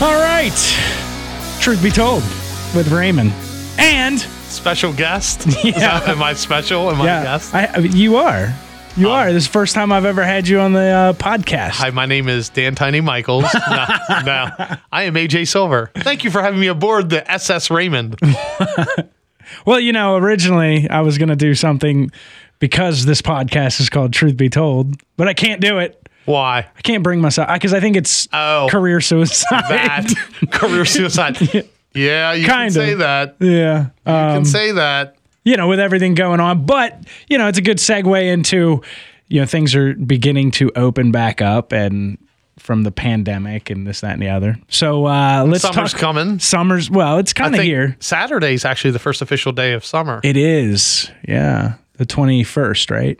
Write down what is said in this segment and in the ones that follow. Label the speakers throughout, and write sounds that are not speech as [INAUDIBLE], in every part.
Speaker 1: right. Truth be told with Raymond. And [LAUGHS]
Speaker 2: Special guest? Is that- am I special? Am I a
Speaker 1: yeah,
Speaker 2: guest? Um,
Speaker 1: I, I mean, you are. You are. This is the first time I've ever had you on the uh, podcast.
Speaker 2: Hi, my name is Dan Tiny Michaels.
Speaker 1: [LAUGHS]
Speaker 2: no, no. I am AJ Silver. Thank you for having me aboard the SS Raymond.
Speaker 1: Well, you know, originally I was going to do something because this podcast is called Truth Be Told, but I can't do it. [LAUGHS]
Speaker 2: Why?
Speaker 1: I can't bring myself because I think it's
Speaker 2: Oh.
Speaker 1: career suicide.
Speaker 2: That
Speaker 1: [LAUGHS]
Speaker 2: career suicide. Yeah, you
Speaker 1: Kinda.
Speaker 2: can say that.
Speaker 1: [LAUGHS]
Speaker 2: You
Speaker 1: yeah. Uh,
Speaker 2: can say that.
Speaker 1: you know, with everything going on, but you know, it's a good segue into you know things are beginning to open back up and from the pandemic and this that and the other. So uh let's
Speaker 2: Summer's
Speaker 1: talk
Speaker 2: coming.
Speaker 1: Summer's well, it's
Speaker 2: I
Speaker 1: kind of
Speaker 2: think
Speaker 1: here.
Speaker 2: Saturday's actually the first official day of summer.
Speaker 1: It is. Yeah. The 21st, right?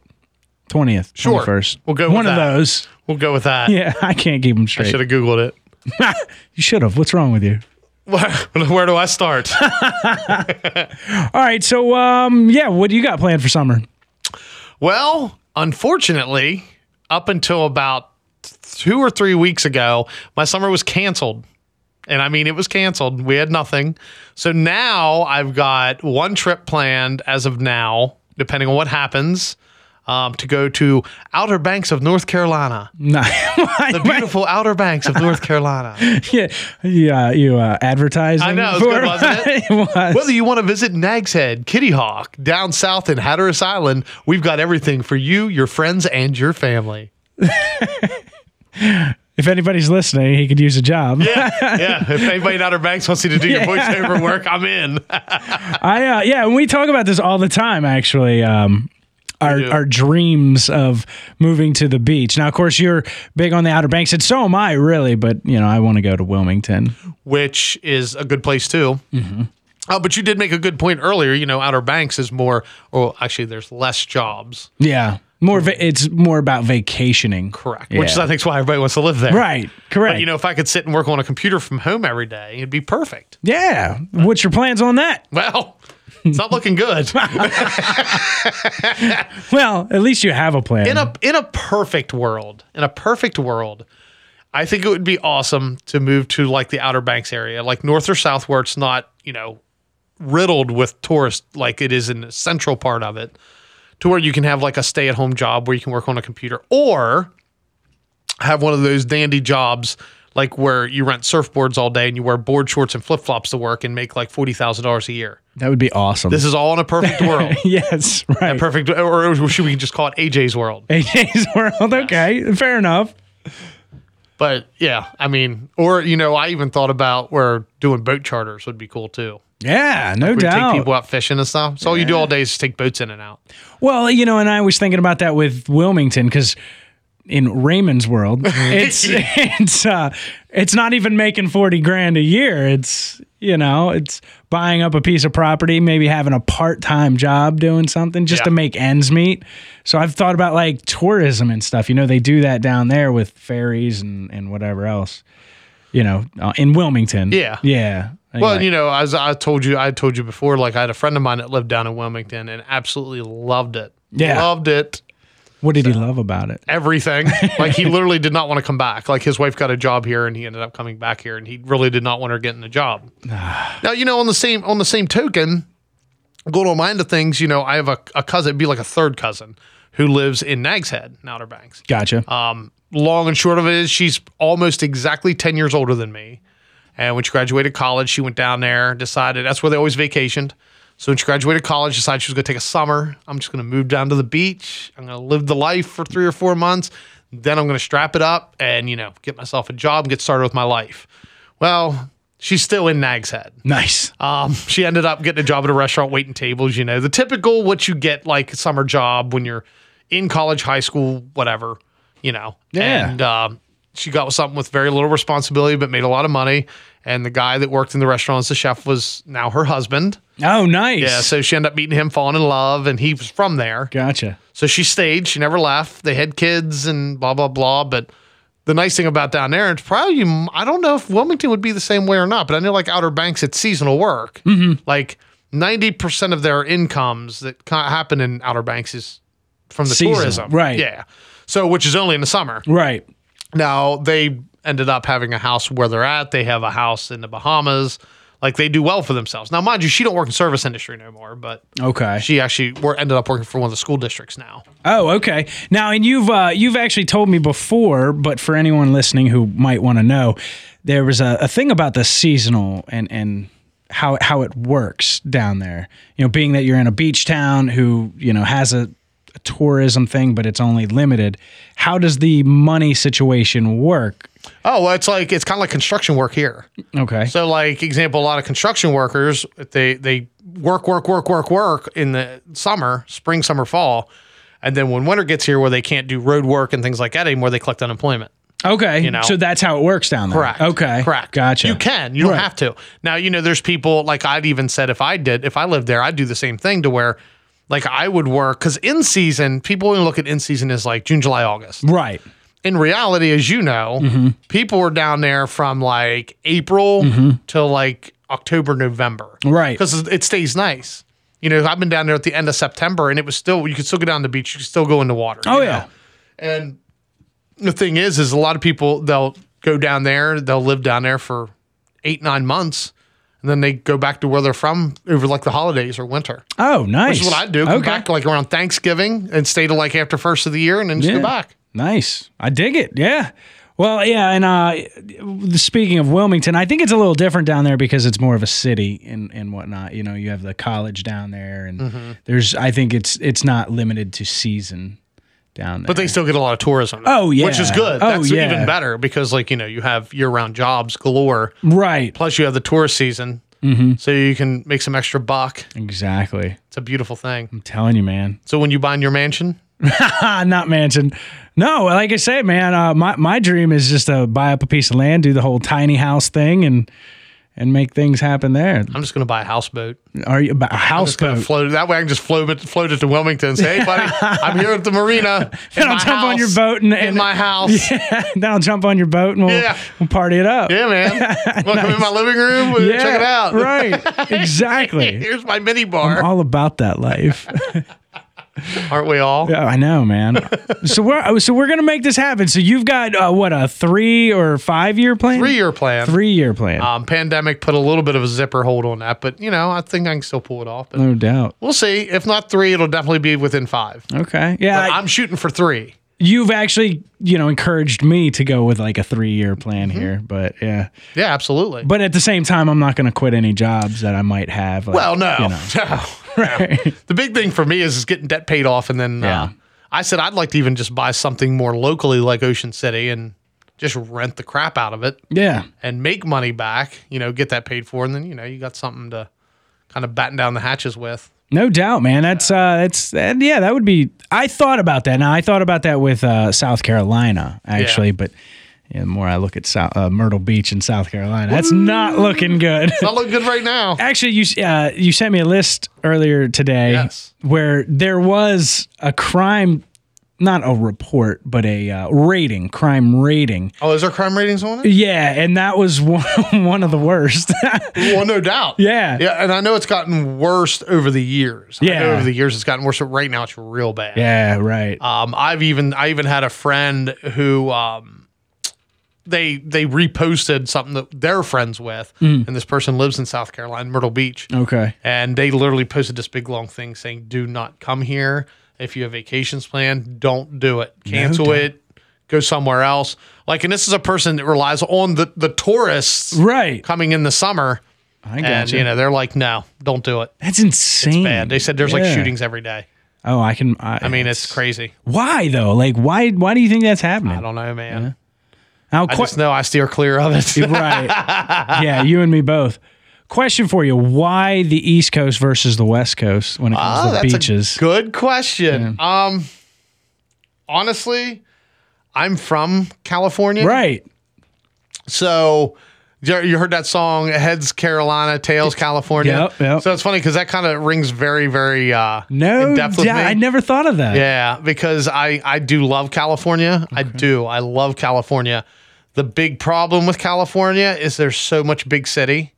Speaker 1: 20th,
Speaker 2: Sure.
Speaker 1: 21st.
Speaker 2: We'll go with
Speaker 1: One of
Speaker 2: that.
Speaker 1: those.
Speaker 2: We'll go with that.
Speaker 1: Yeah, [LAUGHS] I can't keep them straight.
Speaker 2: Should have Googled it. [LAUGHS]
Speaker 1: [LAUGHS] you should have. What's wrong with you?
Speaker 2: Where, where do I start?
Speaker 1: All right, so um, yeah, what do you got planned for summer? [LAUGHS]
Speaker 2: Well, unfortunately, up until about two or three weeks ago, my summer was canceled. And I mean, it was canceled. We had nothing. So now I've got one trip planned as of now, depending on what happens, um, to go to Outer Banks of North Carolina.
Speaker 1: Nah,
Speaker 2: The beautiful Outer Banks of North Carolina.
Speaker 1: [LAUGHS] yeah, yeah, you uh, advertised.
Speaker 2: I know, it was
Speaker 1: for-
Speaker 2: good, wasn't
Speaker 1: [LAUGHS]
Speaker 2: it?
Speaker 1: was.
Speaker 2: Whether you want to visit Nag's Head, Kitty Hawk, down south in Hatteras Island, we've got everything for you, your friends, and your family.
Speaker 1: If anybody's listening, he could use a job.
Speaker 2: yeah, yeah. If anybody in Outer Banks wants you to
Speaker 1: [LAUGHS]
Speaker 2: do your voiceover work, I'm in. [LAUGHS]
Speaker 1: I uh, yeah, and we talk about this all the time. Actually, um, our
Speaker 2: do.
Speaker 1: our dreams of moving to the beach. Now, of course, you're big on the Outer Banks, and so am I, really. But you know, I want to go to Wilmington.
Speaker 2: Which is a good place too.
Speaker 1: Mm-hmm.
Speaker 2: Uh, but you did make a good point earlier. You know, Outer Banks is more, or actually, there's less jobs.
Speaker 1: Yeah, more. Va- it's more about vacationing.
Speaker 2: Correct. Which is,
Speaker 1: Yeah.
Speaker 2: I think, is why everybody wants to live there.
Speaker 1: Right. Correct.
Speaker 2: But, you know, if I could sit and work on a computer from home every day, it'd be perfect.
Speaker 1: yeah. What's your plans on that?
Speaker 2: Well, it's not
Speaker 1: [LAUGHS]
Speaker 2: looking good.
Speaker 1: Well, at least you have a plan.
Speaker 2: in a in a perfect world, in a perfect world, I think it would be awesome to move to like the Outer Banks area, like north or south, where it's not you know riddled with tourists like it is in the central part of it, to where you can have like a stay at home job where you can work on a computer or have one of those dandy jobs. Like where you rent surfboards all day and you wear board shorts and flip flops to work and make like forty thousand dollars a year.
Speaker 1: that would be awesome.
Speaker 2: This is all in a perfect world,
Speaker 1: [LAUGHS] yes, right.
Speaker 2: perfect, or should we just call it AJ's world? [LAUGHS]
Speaker 1: AJ's world. Okay, fair enough.
Speaker 2: But yeah, I mean, or you know, I even thought about where doing boat charters would be cool too.
Speaker 1: Yeah, no
Speaker 2: We
Speaker 1: doubt.
Speaker 2: take people out fishing and stuff. So all you do all day is take boats in and out.
Speaker 1: Well, you know, and I was thinking about that with Wilmington because in Raymond's
Speaker 2: [LAUGHS]
Speaker 1: world, it's it's uh, it's not even making forty grand a year. It's you know, it's buying up a piece of property, maybe having a part time job doing something just
Speaker 2: Yeah.
Speaker 1: to make ends meet. So I've thought about like tourism and stuff. You know, they do that down there with ferries and and whatever else. You know, uh, in Wilmington.
Speaker 2: Yeah.
Speaker 1: Yeah.
Speaker 2: Well,
Speaker 1: Like,
Speaker 2: you know, as I told you, I told you before, like I had a friend of mine that lived down in Wilmington and absolutely loved it.
Speaker 1: Yeah.
Speaker 2: Loved it.
Speaker 1: what did he love about it?
Speaker 2: Everything. like he literally did not want to come back. Like his wife got a job here and he ended up coming back here and he really did not want her getting a job. now, you know, on the same on the same token, going on mind of things, you know, I have a, a cousin, it'd be like a third cousin who lives in Nags Head, in Outer Banks.
Speaker 1: Gotcha.
Speaker 2: Um, long and short of it is, she's almost exactly 10 years older than me. And when she graduated college, she went down there, decided that's where they always vacationed. So when she graduated college, decided she was going to take a summer. I'm just going to move down to the beach. I'm going to live the life for three or four months. Then I'm going to strap it up and, you know, get myself a job and get started with my life. Well, she's still in Nag's Head.
Speaker 1: nice.
Speaker 2: Um, [LAUGHS] she ended up getting a job at a restaurant waiting tables, you know, the typical what you get like summer job when you're in college, high school, whatever, you know.
Speaker 1: Yeah.
Speaker 2: And um, she got with something with very little responsibility, but made a lot of money. And the guy that worked in the restaurant as the chef was now her husband.
Speaker 1: Oh, nice.
Speaker 2: Yeah. So she ended up meeting him, falling in love, and he was from there.
Speaker 1: Gotcha.
Speaker 2: So she stayed. She never left. They had kids and blah blah blah. But the nice thing about down there, it's probably I don't know if Wilmington would be the same way or not. But I know like Outer Banks, it's seasonal work.
Speaker 1: Mm-hmm.
Speaker 2: Like ninety percent of their incomes that ca- happen in Outer Banks is from the
Speaker 1: Seasonal,
Speaker 2: tourism,
Speaker 1: right.
Speaker 2: Yeah. So which is only in the summer.
Speaker 1: Right.
Speaker 2: Now they ended up having a house where they're at. They have a house in the Bahamas. Like they do well for themselves. Now, mind you, she don't work in service industry no more, but
Speaker 1: Okay.
Speaker 2: she actually wor- ended up working for one of the school districts now.
Speaker 1: Oh, okay. Now, and you've uh, you've actually told me before, but for anyone listening who might want to know, there was a, a thing about the seasonal and and how how it works down there. You know, being that you're in a beach town who you know has a, a tourism thing, but it's only limited. How does the money situation work?
Speaker 2: Oh, well, it's like it's kind of like construction work here.
Speaker 1: Okay.
Speaker 2: So, like example, a lot of construction workers they they work work work work work in the summer, spring, summer, fall, and then when winter gets here, where they can't do road work and things like that anymore, they collect unemployment.
Speaker 1: okay.
Speaker 2: know.
Speaker 1: so that's how it works down there.
Speaker 2: Correct.
Speaker 1: Okay.
Speaker 2: Correct.
Speaker 1: Gotcha.
Speaker 2: You can. You don't have to. Now, you know, there's people like I'd even said if I did, if I lived there, I'd do the same thing to where like I would work because in season, people only look at in season as like June, July, August.
Speaker 1: Right.
Speaker 2: In reality, as you know,
Speaker 1: Mm-hmm.
Speaker 2: people were down there from like April till like October, November.
Speaker 1: Mm-hmm. Right.
Speaker 2: Because it stays nice. You know, I've been down there at the end of September and it was still, you could still go down the beach, you could still go in the water.
Speaker 1: Oh
Speaker 2: you
Speaker 1: yeah.
Speaker 2: know? And the thing is, is a lot of people they'll go down there, they'll live down there for eight, nine months, and then they go back to where they're from over like the holidays or winter.
Speaker 1: Oh, nice.
Speaker 2: That's what I do. Come back like around Thanksgiving and stay to like after first of the year and then just
Speaker 1: Yeah.
Speaker 2: go back.
Speaker 1: Nice. I dig it. Yeah. Well, yeah, and uh, speaking of Wilmington, I think it's a little different down there because it's more of a city and, and whatnot. You know, you have the college down there, and
Speaker 2: Mm-hmm.
Speaker 1: there's I think it's it's not limited to season down there.
Speaker 2: But they still get a lot of tourism.
Speaker 1: Oh,
Speaker 2: Which is
Speaker 1: yeah.
Speaker 2: good.
Speaker 1: Oh,
Speaker 2: That's
Speaker 1: yeah.
Speaker 2: even better because like, you know, you have year round jobs galore.
Speaker 1: right,
Speaker 2: Plus you have the tourist season.
Speaker 1: Mm-hmm.
Speaker 2: So you can make some extra buck.
Speaker 1: exactly.
Speaker 2: It's a beautiful thing.
Speaker 1: I'm telling you, man.
Speaker 2: So when you buy in your mansion,
Speaker 1: Ah, not mansion. No, like I said, man, uh, my my dream is just to buy up a piece of land, do the whole tiny house thing, and and make things happen there.
Speaker 2: I'm just gonna buy a houseboat.
Speaker 1: Are you a
Speaker 2: Just gonna
Speaker 1: houseboat?
Speaker 2: float that way. I can just float it, float it to Wilmington. And say,
Speaker 1: [LAUGHS]
Speaker 2: hey, buddy, I'm here at the marina. In
Speaker 1: I'll
Speaker 2: my
Speaker 1: jump on your
Speaker 2: house,
Speaker 1: boat and-
Speaker 2: in
Speaker 1: and-
Speaker 2: my house. Yeah,
Speaker 1: [LAUGHS] then I'll jump on your boat and we'll,
Speaker 2: Yeah.
Speaker 1: we'll party it up.
Speaker 2: man. Welcome in my living room. We'll
Speaker 1: Yeah,
Speaker 2: Check it out. [LAUGHS]
Speaker 1: Right. Exactly.
Speaker 2: Here's my mini bar.
Speaker 1: All about that life.
Speaker 2: Aren't we all?
Speaker 1: Yeah, I know, man. So we're uh, so we're gonna make this happen. So you've got uh, what a three or five year plan?
Speaker 2: Three year plan.
Speaker 1: Three year plan.
Speaker 2: Um, pandemic put a little bit of a zipper hold on that, but you know, I think I can still pull it off. But
Speaker 1: no doubt.
Speaker 2: we'll see. If not three, it'll definitely be within five.
Speaker 1: Okay. Yeah. I-
Speaker 2: I'm shooting for three.
Speaker 1: you've actually you know encouraged me to go with like a three year plan
Speaker 2: Mm-hmm.
Speaker 1: here, but yeah.
Speaker 2: Yeah, absolutely.
Speaker 1: But at the same time, I'm not gonna quit any jobs that I might have. like,
Speaker 2: well, no,
Speaker 1: you know.
Speaker 2: [LAUGHS]
Speaker 1: [LAUGHS]
Speaker 2: no. The big thing for me is, is getting debt paid off, and then
Speaker 1: Yeah.
Speaker 2: uh, I said I'd like to even just buy something more locally, like Ocean City, and just rent the crap out of it
Speaker 1: yeah.
Speaker 2: and make money back. You know, get that paid for, and then you know you got something to kind of batten down the hatches with.
Speaker 1: No doubt, man. That's uh, that's and yeah, that would be. I thought about that. Now I thought about that with uh, South Carolina actually, but yeah, the more I look at South, uh, Myrtle Beach in South Carolina, that's not looking good. [LAUGHS]
Speaker 2: Not looking good right now.
Speaker 1: actually, you s- uh, you sent me a list earlier today
Speaker 2: Yes.
Speaker 1: where there was a crime, not a report, but a uh, rating, crime rating.
Speaker 2: Oh, is there crime ratings on it?
Speaker 1: Yeah, and that was [LAUGHS] one one of the worst. [LAUGHS]
Speaker 2: Well, no doubt.
Speaker 1: Yeah.
Speaker 2: yeah, and I know it's gotten worse over the years. I know
Speaker 1: Yeah.
Speaker 2: over the years it's gotten worse. But right now it's real bad.
Speaker 1: yeah, right.
Speaker 2: Um, I've even I even had a friend who um, they they reposted something that they're friends with,
Speaker 1: Mm.
Speaker 2: and this person lives in South Carolina, Myrtle Beach,
Speaker 1: Okay.
Speaker 2: and they literally posted this big long thing saying, "Do not come here if you have vacations planned. Don't do it. Cancel it. Go somewhere else." Like, and this is a person that relies on the the tourists
Speaker 1: Right.
Speaker 2: coming in the summer,
Speaker 1: I
Speaker 2: and
Speaker 1: gotcha.
Speaker 2: you know they're like, "No, don't do it."
Speaker 1: That's insane.
Speaker 2: Bad. They said there's like
Speaker 1: Yeah.
Speaker 2: shootings every day.
Speaker 1: Oh, I can. I,
Speaker 2: I mean, it's crazy.
Speaker 1: why though? Like, why? Why do you think that's
Speaker 2: I
Speaker 1: happening?
Speaker 2: don't know, man.
Speaker 1: Now,
Speaker 2: I
Speaker 1: que-
Speaker 2: just know I steer clear of it.
Speaker 1: [LAUGHS] right? Yeah, you and me both. Question for you: Why the East Coast versus the West Coast when it comes
Speaker 2: [LAUGHS] Ah,
Speaker 1: to
Speaker 2: that's
Speaker 1: beaches?
Speaker 2: a good question. Um, honestly, I'm from California,
Speaker 1: right.
Speaker 2: So you you heard that song "Heads Carolina, Tails California."
Speaker 1: Yep, yep.
Speaker 2: So it's funny because that kind of rings very, very uh,
Speaker 1: No,
Speaker 2: in depth with
Speaker 1: doubt-
Speaker 2: me.
Speaker 1: I never thought of that.
Speaker 2: Yeah, because I I do love California. I do. I love California. The big problem with California is there's so much big city,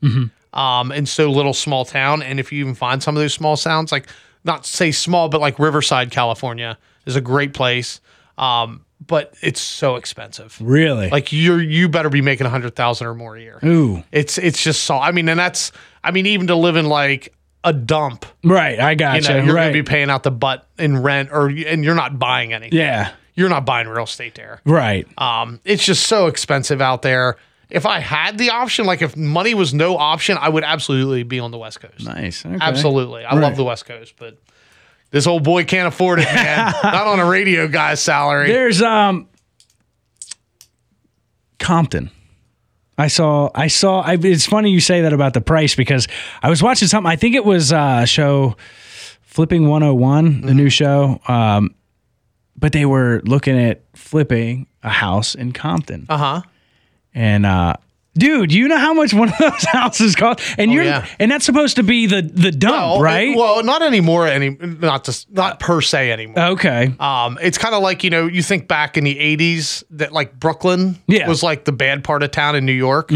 Speaker 2: um, and so little small town. And if you even find some of those small towns, like not say small, but like Riverside, California, is a great place. Um, but it's so expensive.
Speaker 1: Really?
Speaker 2: Like you're you better be making a hundred thousand or more a year.
Speaker 1: ooh,
Speaker 2: It's it's just so I mean, and that's I mean, even to live in like a dump,
Speaker 1: right. I
Speaker 2: you
Speaker 1: gotcha.
Speaker 2: know, you're
Speaker 1: right.
Speaker 2: gonna be paying out the butt in rent or and you're not buying anything.
Speaker 1: yeah.
Speaker 2: You're not buying real estate there.
Speaker 1: Right.
Speaker 2: Um, it's just so expensive out there. If I had the option, like if money was no option, I would absolutely be on the West Coast.
Speaker 1: Nice. Okay.
Speaker 2: Absolutely. I love
Speaker 1: Right.
Speaker 2: the West Coast, but this old boy can't afford it,
Speaker 1: [LAUGHS]
Speaker 2: man. Not on a radio guy's salary.
Speaker 1: There's um Compton. I saw I saw I, it's funny you say that about the price because I was watching something I think it was uh show Flipping 101, the
Speaker 2: Mm-hmm.
Speaker 1: new show. Um but they were looking at flipping a house in Compton.
Speaker 2: Uh huh.
Speaker 1: And uh dude, you know how much one of those [LAUGHS] houses cost? And you're
Speaker 2: Oh, yeah.
Speaker 1: and that's supposed to be the the dump, right?
Speaker 2: Oh,
Speaker 1: Uh,
Speaker 2: well, not anymore. Any, not just not per se anymore.
Speaker 1: okay.
Speaker 2: Um, it's kind of like you know, you think back in the '80s that like Brooklyn
Speaker 1: Yeah. Mm-hmm.
Speaker 2: was like the bad part of town in New York.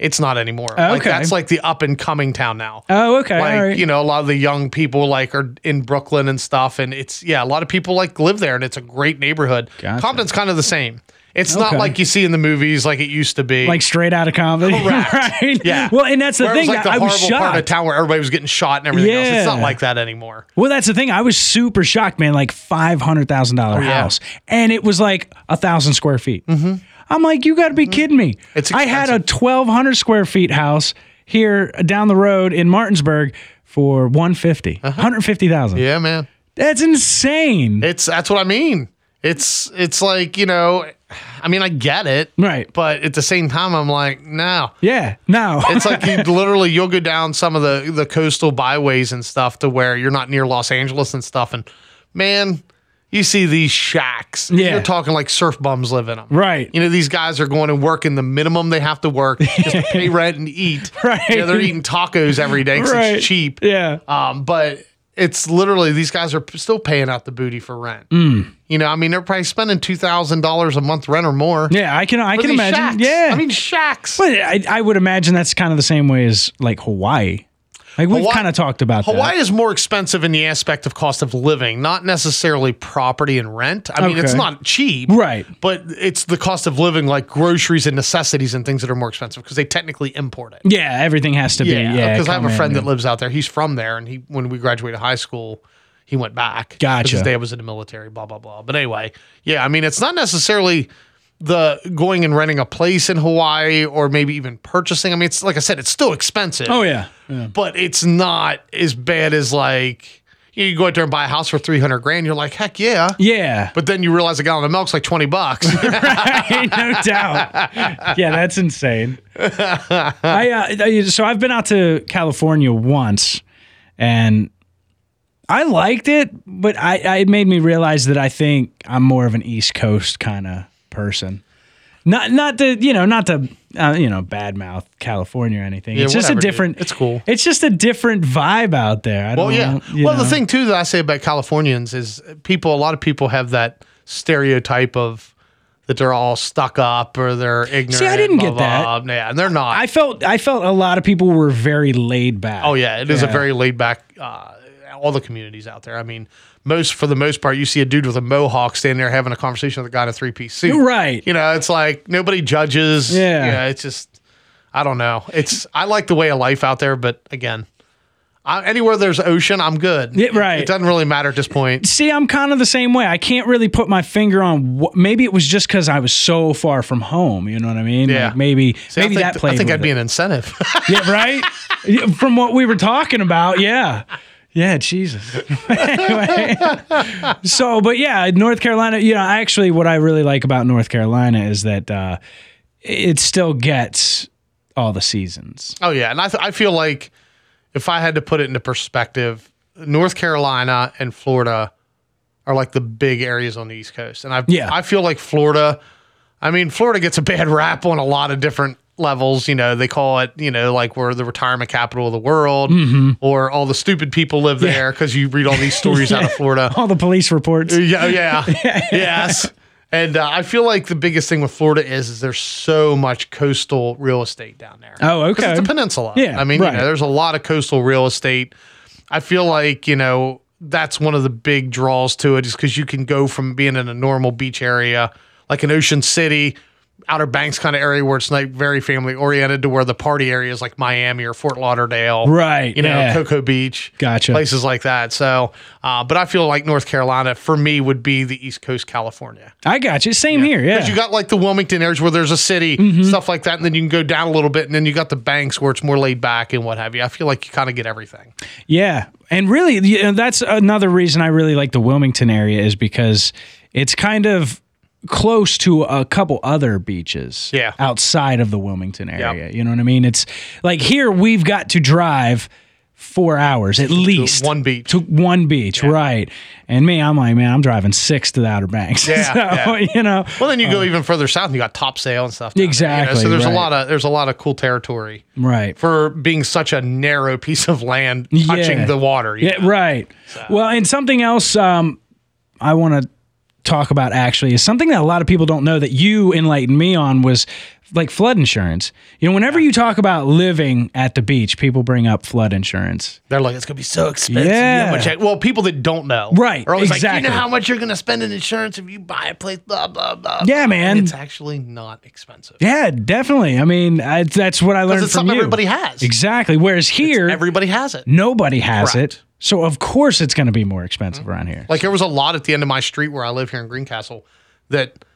Speaker 2: It's not anymore. Like
Speaker 1: Okay.
Speaker 2: that's like the up and coming town now.
Speaker 1: Oh, okay.
Speaker 2: like
Speaker 1: all right.
Speaker 2: you know a lot of the young people like are in brooklyn and stuff and it's yeah a lot of people like live there and it's a great neighborhood
Speaker 1: Gotcha.
Speaker 2: compton's kind of the same it's not
Speaker 1: Okay.
Speaker 2: like you see in the movies like it used to be
Speaker 1: like straight out of comedy. [LAUGHS]
Speaker 2: Correct.
Speaker 1: right?
Speaker 2: Yeah.
Speaker 1: Well, and that's the
Speaker 2: where it
Speaker 1: thing.
Speaker 2: was like the
Speaker 1: I was
Speaker 2: horrible part of
Speaker 1: shocked.
Speaker 2: town where everybody was getting shot and everything else it's not
Speaker 1: Yeah.
Speaker 2: like that anymore
Speaker 1: well, that's the thing. I was super shocked, man. Like five hundred thousand dollar
Speaker 2: Oh, yeah. Mm-hmm.
Speaker 1: house, and it was like a thousand square feet. I'm like, you got to be kidding me.
Speaker 2: It's
Speaker 1: I had a twelve hundred square feet house here down the road in Martinsburg for one fifty, one hundred fifty thousand.
Speaker 2: Uh-huh. yeah man
Speaker 1: That's insane.
Speaker 2: it's that's what i mean it's it's like you know i mean i get it
Speaker 1: right.
Speaker 2: but at the same time i'm like no
Speaker 1: Yeah. No.
Speaker 2: It's
Speaker 1: [LAUGHS]
Speaker 2: like you literally you'll go down some of the the coastal byways and stuff to where you're not near Los Angeles and stuff, and man, you see these shacks.
Speaker 1: Yeah.
Speaker 2: you're talking like surf bums live in them.
Speaker 1: right.
Speaker 2: You know these guys are going and working the minimum they have to work just to
Speaker 1: [LAUGHS]
Speaker 2: pay rent and eat.
Speaker 1: Right.
Speaker 2: Yeah, they're eating tacos every day 'cause
Speaker 1: Right.
Speaker 2: it's cheap.
Speaker 1: Yeah.
Speaker 2: Um, but it's literally these guys are p- still paying out the booty for rent.
Speaker 1: Hmm.
Speaker 2: You know, I mean they're probably spending two thousand dollars a month rent or more.
Speaker 1: Yeah. I can. I
Speaker 2: for
Speaker 1: can
Speaker 2: these
Speaker 1: imagine.
Speaker 2: shacks.
Speaker 1: Yeah.
Speaker 2: I mean shacks.
Speaker 1: But I, I would imagine that's kind of the same way as like Hawaii. Like we've
Speaker 2: Hawaii-
Speaker 1: kind of talked about
Speaker 2: Hawaii is more expensive in the aspect of cost of living, not necessarily property and rent. I mean, it's
Speaker 1: Okay.
Speaker 2: not cheap,
Speaker 1: that. Right.
Speaker 2: but it's the cost of living, like groceries and necessities and things that are more expensive because they technically import it.
Speaker 1: Yeah, everything has to be. Yeah,
Speaker 2: because I have
Speaker 1: come
Speaker 2: a
Speaker 1: in
Speaker 2: friend that
Speaker 1: and-
Speaker 2: lives out there. He's from there, and he when we graduated high school, he went back. 'cause
Speaker 1: Gotcha.
Speaker 2: His dad was in the military. Blah blah blah. But anyway, yeah, I mean, it's not necessarily the going and renting a place in Hawaii or maybe even purchasing. I mean, it's like I said, it's still expensive
Speaker 1: Oh yeah. yeah.
Speaker 2: but it's not as bad as like you, know, you go out there and buy a house for 300 grand you're like heck yeah
Speaker 1: Yeah,
Speaker 2: but then you realize a gallon of milk's like 20 bucks
Speaker 1: Ain't [LAUGHS] no doubt. Yeah, that's insane. I uh, I- so I've been out to California once, and I liked it, but I, I it made me realize that I think I'm more of an East Coast kind of person. Not not to you know not to uh, you know badmouth California or anything. it's just
Speaker 2: whatever,
Speaker 1: a
Speaker 2: dude.
Speaker 1: different.
Speaker 2: It's cool.
Speaker 1: It's just a different vibe out there. I don't
Speaker 2: well Oh, yeah
Speaker 1: know, you
Speaker 2: well the
Speaker 1: know.
Speaker 2: thing too that i say about californians is people a lot of people have that stereotype of that they're all stuck up or they're ignorant
Speaker 1: didn't
Speaker 2: blah,
Speaker 1: get that.
Speaker 2: blah, blah. yeah and they're not
Speaker 1: I felt I felt a lot of people were very laid back.
Speaker 2: Oh yeah, it is a
Speaker 1: Yeah.
Speaker 2: very laid back. Uh, all the communities out there. I mean, most for the most part, you see a dude with a mohawk standing there having a conversation with a guy in a three piece suit.
Speaker 1: You're right.
Speaker 2: You know, it's like nobody judges.
Speaker 1: Yeah.
Speaker 2: it's just I don't know. It's I like the way of life out there, but again, I, anywhere there's ocean, I'm good.
Speaker 1: Yeah, right.
Speaker 2: It doesn't really matter at this point.
Speaker 1: See, I'm kind of the same way. I can't really put my finger on what. Maybe it was just because I was so far from home. You know what I mean?
Speaker 2: Yeah.
Speaker 1: Like maybe
Speaker 2: See,
Speaker 1: maybe
Speaker 2: I think,
Speaker 1: that played.
Speaker 2: I
Speaker 1: with
Speaker 2: think that'd be
Speaker 1: it.
Speaker 2: an incentive. [LAUGHS]
Speaker 1: yeah, right. Yeah, from what we were talking about, yeah, yeah. Jesus. [LAUGHS] anyway, so, but yeah, North Carolina. You know, actually, what I really like about North Carolina is that uh, it still gets all the seasons.
Speaker 2: Oh yeah, and I th- I feel like if I had to put it into perspective, North Carolina and Florida are like the big areas on the East Coast, and I
Speaker 1: Yeah.
Speaker 2: I feel like Florida. I mean, Florida gets a bad [LAUGHS] rap on a lot of different levels. You know, they call it you know like we're the retirement capital of the world,
Speaker 1: Mm-hmm.
Speaker 2: or all the stupid people live there because you read all these
Speaker 1: [LAUGHS]
Speaker 2: stories out of Florida.
Speaker 1: All the police reports.
Speaker 2: Yeah, yeah,
Speaker 1: [LAUGHS]
Speaker 2: yes. And uh, I feel like the biggest thing with Florida is, is there's so much coastal real estate down there.
Speaker 1: Oh,
Speaker 2: 'Cause
Speaker 1: okay.
Speaker 2: It's a peninsula.
Speaker 1: Yeah,
Speaker 2: I mean, you
Speaker 1: right.
Speaker 2: know, there's a lot of coastal real estate. I feel like you know that's one of the big draws to it is because you can go from being in a normal beach area, like an Ocean City, Outer Banks kind of area where it's like very family oriented, to where the party area is like Miami or Fort Lauderdale,
Speaker 1: Right,
Speaker 2: You know,
Speaker 1: yeah.
Speaker 2: Cocoa Beach,
Speaker 1: Gotcha.
Speaker 2: places like that. So, uh, but I feel like North Carolina for me would be the East Coast, California.
Speaker 1: I got you. Same here. Yeah. Mm-hmm.
Speaker 2: Because you got like the Wilmington areas where there's a city, stuff like that, and then you can go down a little bit, and then you got the banks where it's more laid back and what have you. I feel like you kind of get everything.
Speaker 1: Yeah, and really, you know, that's another reason I really like the Wilmington area is because it's kind of close to a couple other beaches
Speaker 2: Yeah.
Speaker 1: outside of the Wilmington area. You know what I mean? It's like here we've got to drive four hours at least
Speaker 2: one beach.
Speaker 1: to one beach, right? And me, I'm like, man, I'm driving six to the Outer Banks. [LAUGHS]
Speaker 2: Yeah,
Speaker 1: so,
Speaker 2: yeah.
Speaker 1: you know,
Speaker 2: Well, then you go even further south, and you got Topsail and stuff. down there, you know?
Speaker 1: Oh. Exactly,
Speaker 2: So there's
Speaker 1: right.
Speaker 2: a lot of there's a lot of cool territory
Speaker 1: right.
Speaker 2: for being such a narrow piece of land touching
Speaker 1: Yeah.
Speaker 2: the water. you
Speaker 1: Yeah,
Speaker 2: know?
Speaker 1: right. Well, and something else um, I want to talk about actually is something that a lot of people don't know that you enlightened me on was like flood insurance. You know, whenever you talk about living at the beach, people bring up flood insurance.
Speaker 2: They're like, it's gonna be so expensive.
Speaker 1: Yeah.
Speaker 2: how much I-" well, people that don't know,
Speaker 1: Right,
Speaker 2: are always like,
Speaker 1: exactly.
Speaker 2: you know how much you're gonna spend in insurance if you buy a place, blah blah blah.
Speaker 1: Yeah,
Speaker 2: blah." And
Speaker 1: man.
Speaker 2: Oh, it's actually not expensive.
Speaker 1: Yeah, definitely. I mean, I, that's what I learned
Speaker 2: it's
Speaker 1: from
Speaker 2: something
Speaker 1: you.
Speaker 2: everybody has.
Speaker 1: Exactly. Whereas here,
Speaker 2: Everybody has it.
Speaker 1: nobody has
Speaker 2: Correct. Mm-hmm.
Speaker 1: it. So of course it's going to be more expensive around here.
Speaker 2: Like there was a lot at the end of my street where I live here in Greencastle that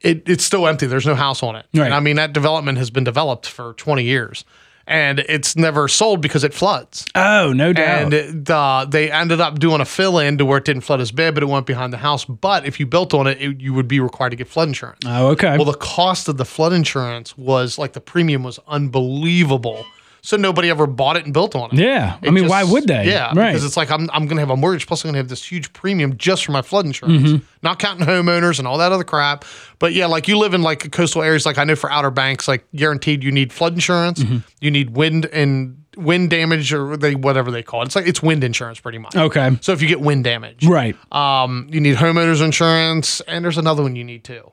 Speaker 2: it, it's still empty. There's no house on it.
Speaker 1: Right.
Speaker 2: And I mean that development has been developed for 20 years and it's never sold because it floods.
Speaker 1: oh, no doubt.
Speaker 2: And it, the, they ended up doing a fill in to where it didn't flood as bad, but it went behind the house. But if you built on it, it you would be required to get flood insurance.
Speaker 1: oh, okay.
Speaker 2: Well, the cost of the flood insurance was like the premium was unbelievable. So nobody ever bought it and built on it.
Speaker 1: yeah. I
Speaker 2: It
Speaker 1: mean, why
Speaker 2: just-
Speaker 1: would they?
Speaker 2: Yeah,
Speaker 1: Right.
Speaker 2: because it's like I'm, I'm going to have a mortgage plus I'm going to have this huge premium just for my flood insurance,
Speaker 1: Mm-hmm.
Speaker 2: not counting homeowners and all that other crap. But yeah, like you live in like coastal areas, like I know for Outer Banks, like guaranteed you need flood insurance,
Speaker 1: Mm-hmm.
Speaker 2: you need wind and wind damage or they whatever they call it. It's like it's wind insurance pretty much.
Speaker 1: okay.
Speaker 2: So if you get wind damage,
Speaker 1: Right.
Speaker 2: um, you need homeowners insurance, and there's another one you need too.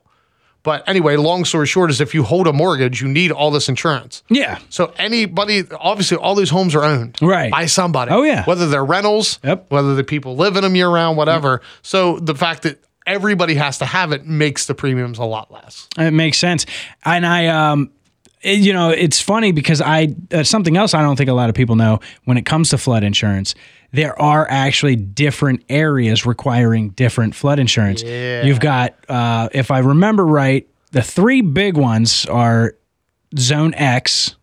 Speaker 2: But anyway, long story short is if you hold a mortgage, you need all this insurance.
Speaker 1: Yeah.
Speaker 2: So anybody, obviously, all these homes are owned
Speaker 1: Right.
Speaker 2: by somebody.
Speaker 1: Oh, yeah.
Speaker 2: whether they're rentals,
Speaker 1: Yep.
Speaker 2: whether the people live in them year round, whatever. So the fact that everybody has to have it makes the premiums a lot less.
Speaker 1: It makes sense. And I, um, it- you know, it's funny because I, uh, something else I don't think a lot of people know when it comes to flood insurance, there are actually different areas requiring different flood insurance. You've got, uh, if I remember right, the three big ones are Zone X,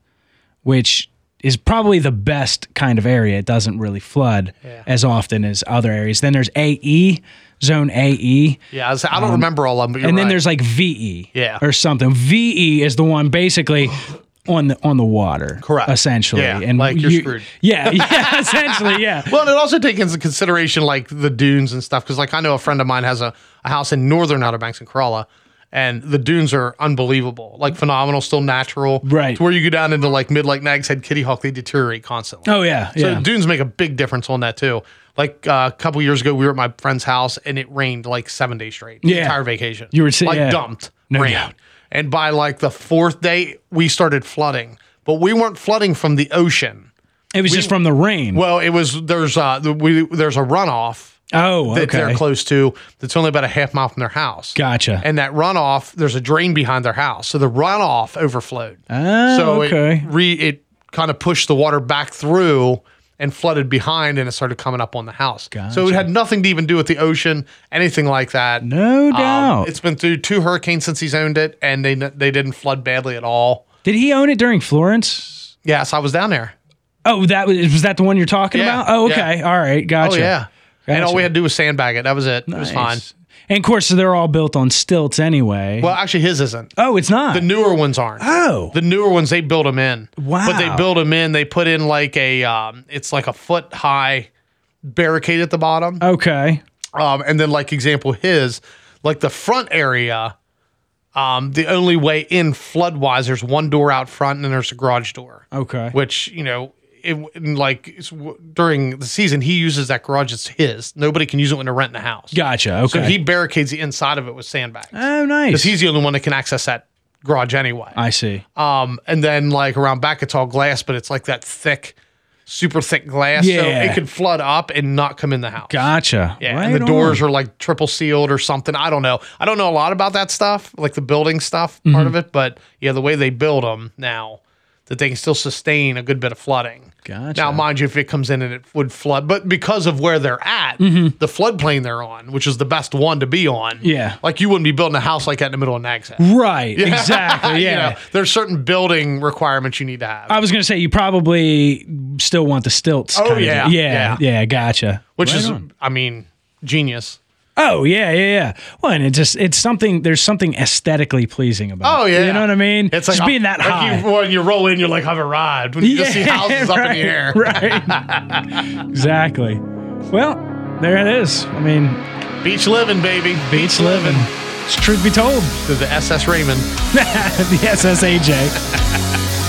Speaker 1: which is probably the best kind of area. It doesn't really flood as often as other areas. Then there's AE, Zone E, AE.
Speaker 2: Yeah, I, was, I don't remember all of them. But you're
Speaker 1: Um, And then
Speaker 2: right.
Speaker 1: there's like VE,
Speaker 2: Yeah.
Speaker 1: or something. VE is the one basically on the on the water,
Speaker 2: Correct.
Speaker 1: Essentially,
Speaker 2: Yeah, like you're screwed.
Speaker 1: Yeah, [LAUGHS] yeah, essentially,
Speaker 2: [LAUGHS]
Speaker 1: yeah.
Speaker 2: Well, and it also takes into consideration like the dunes and stuff because, like, I know a friend of mine has a, a house in northern Outer Banks in Kerala, and the dunes are unbelievable, like phenomenal, still natural.
Speaker 1: Right.
Speaker 2: to where you go down into like mid Lake Nags Head, Kitty Hawk, they deteriorate constantly.
Speaker 1: Oh yeah,
Speaker 2: So
Speaker 1: yeah.
Speaker 2: dunes make a big difference on that too. Like uh, a couple years ago, we were at my friend's house and it rained like seven days straight. the
Speaker 1: Yeah.
Speaker 2: entire vacation.
Speaker 1: You were sa-
Speaker 2: like
Speaker 1: yeah.
Speaker 2: dumped
Speaker 1: No
Speaker 2: rain,
Speaker 1: doubt.
Speaker 2: and by like the fourth day, we started flooding. But we weren't flooding from the ocean.
Speaker 1: it was just from the rain.
Speaker 2: Well, it was there's uh the- we there's a runoff
Speaker 1: oh,
Speaker 2: that
Speaker 1: okay.
Speaker 2: they're close to that's only about a half mile from their house.
Speaker 1: Gotcha.
Speaker 2: [LAUGHS] And that runoff, there's a drain behind their house, so the runoff overflowed.
Speaker 1: Oh,
Speaker 2: so
Speaker 1: okay.
Speaker 2: it re it kind of pushed the water back through and flooded behind, and it started coming up on the house. So it had nothing to even do with the ocean, anything like that.
Speaker 1: no
Speaker 2: Um,
Speaker 1: doubt.
Speaker 2: it's been through two hurricanes since he's owned it, and they n- they didn't flood badly at all.
Speaker 1: Did he own it during Florence?
Speaker 2: Yes, I was down there.
Speaker 1: Oh, that was was that the one you're talking
Speaker 2: Yeah,
Speaker 1: about? Oh,
Speaker 2: yeah.
Speaker 1: okay. All right,
Speaker 2: Oh
Speaker 1: gotcha.
Speaker 2: yeah, and all
Speaker 1: Gotcha.
Speaker 2: we had to do was sandbag it. That was it. It was
Speaker 1: Nice.
Speaker 2: fine.
Speaker 1: And of course, they're all built on stilts anyway.
Speaker 2: Well, actually, his isn't.
Speaker 1: oh, it's not.
Speaker 2: The newer ones aren't.
Speaker 1: oh,
Speaker 2: The newer ones they build them in.
Speaker 1: Wow.
Speaker 2: But they build them in. They put in like a um, it's like a foot high barricade at the bottom.
Speaker 1: okay.
Speaker 2: Um, and then like example his, like the front area, um, the only way in flood wise, there's one door out front and then there's a garage door,
Speaker 1: Okay.
Speaker 2: which you know. It, and, like it's, w- during the season, he uses that garage. It's his. Nobody can use it when they're renting a house.
Speaker 1: Gotcha. Okay.
Speaker 2: So he barricades the inside of it with sandbags.
Speaker 1: oh, nice.
Speaker 2: Because he's the only one that can access that garage anyway.
Speaker 1: I see.
Speaker 2: Um, and then like around back, it's all glass, but it's like that thick. super thick glass, so
Speaker 1: Yeah.
Speaker 2: it could flood up and not come in the house.
Speaker 1: Gotcha.
Speaker 2: Yeah,
Speaker 1: Right
Speaker 2: and the
Speaker 1: on.
Speaker 2: doors are like triple sealed or something. I don't know. I don't know a lot about that stuff, like the building stuff
Speaker 1: Mm-hmm.
Speaker 2: part of it, but yeah, the way they build them now, that they can still sustain a good bit of flooding.
Speaker 1: Gotcha.
Speaker 2: Now, mind you, if it comes in and it would flood, but because of where they're at, the floodplain they're on, which is the best one to be on,
Speaker 1: Mm-hmm. Yeah.
Speaker 2: like you wouldn't be building a house like that in the middle of Nags Head.
Speaker 1: Right. [LAUGHS] Exactly.
Speaker 2: [LAUGHS] You
Speaker 1: Yeah.
Speaker 2: know, there's certain building requirements you need to have.
Speaker 1: I was gonna say you probably still want the stilts.
Speaker 2: Oh,
Speaker 1: kind of-
Speaker 2: yeah,
Speaker 1: yeah, yeah, Gotcha.
Speaker 2: which
Speaker 1: Right
Speaker 2: is,
Speaker 1: on.
Speaker 2: I mean, genius.
Speaker 1: oh yeah, yeah, yeah. Well, and it just it's something. There's something aesthetically pleasing about.
Speaker 2: Oh,
Speaker 1: it.
Speaker 2: yeah.
Speaker 1: you know what I mean.
Speaker 2: It's like
Speaker 1: just being that
Speaker 2: like
Speaker 1: high.
Speaker 2: [LAUGHS] You, when you roll in, you're like, I've arrived. When you just see
Speaker 1: Yeah,
Speaker 2: houses up in the air.
Speaker 1: Right. exactly. Well, there it is. I mean,
Speaker 2: Beach living, baby.
Speaker 1: beach living. It's truth be told, [LAUGHS]
Speaker 2: To the SS Raymond.
Speaker 1: the SSAJ.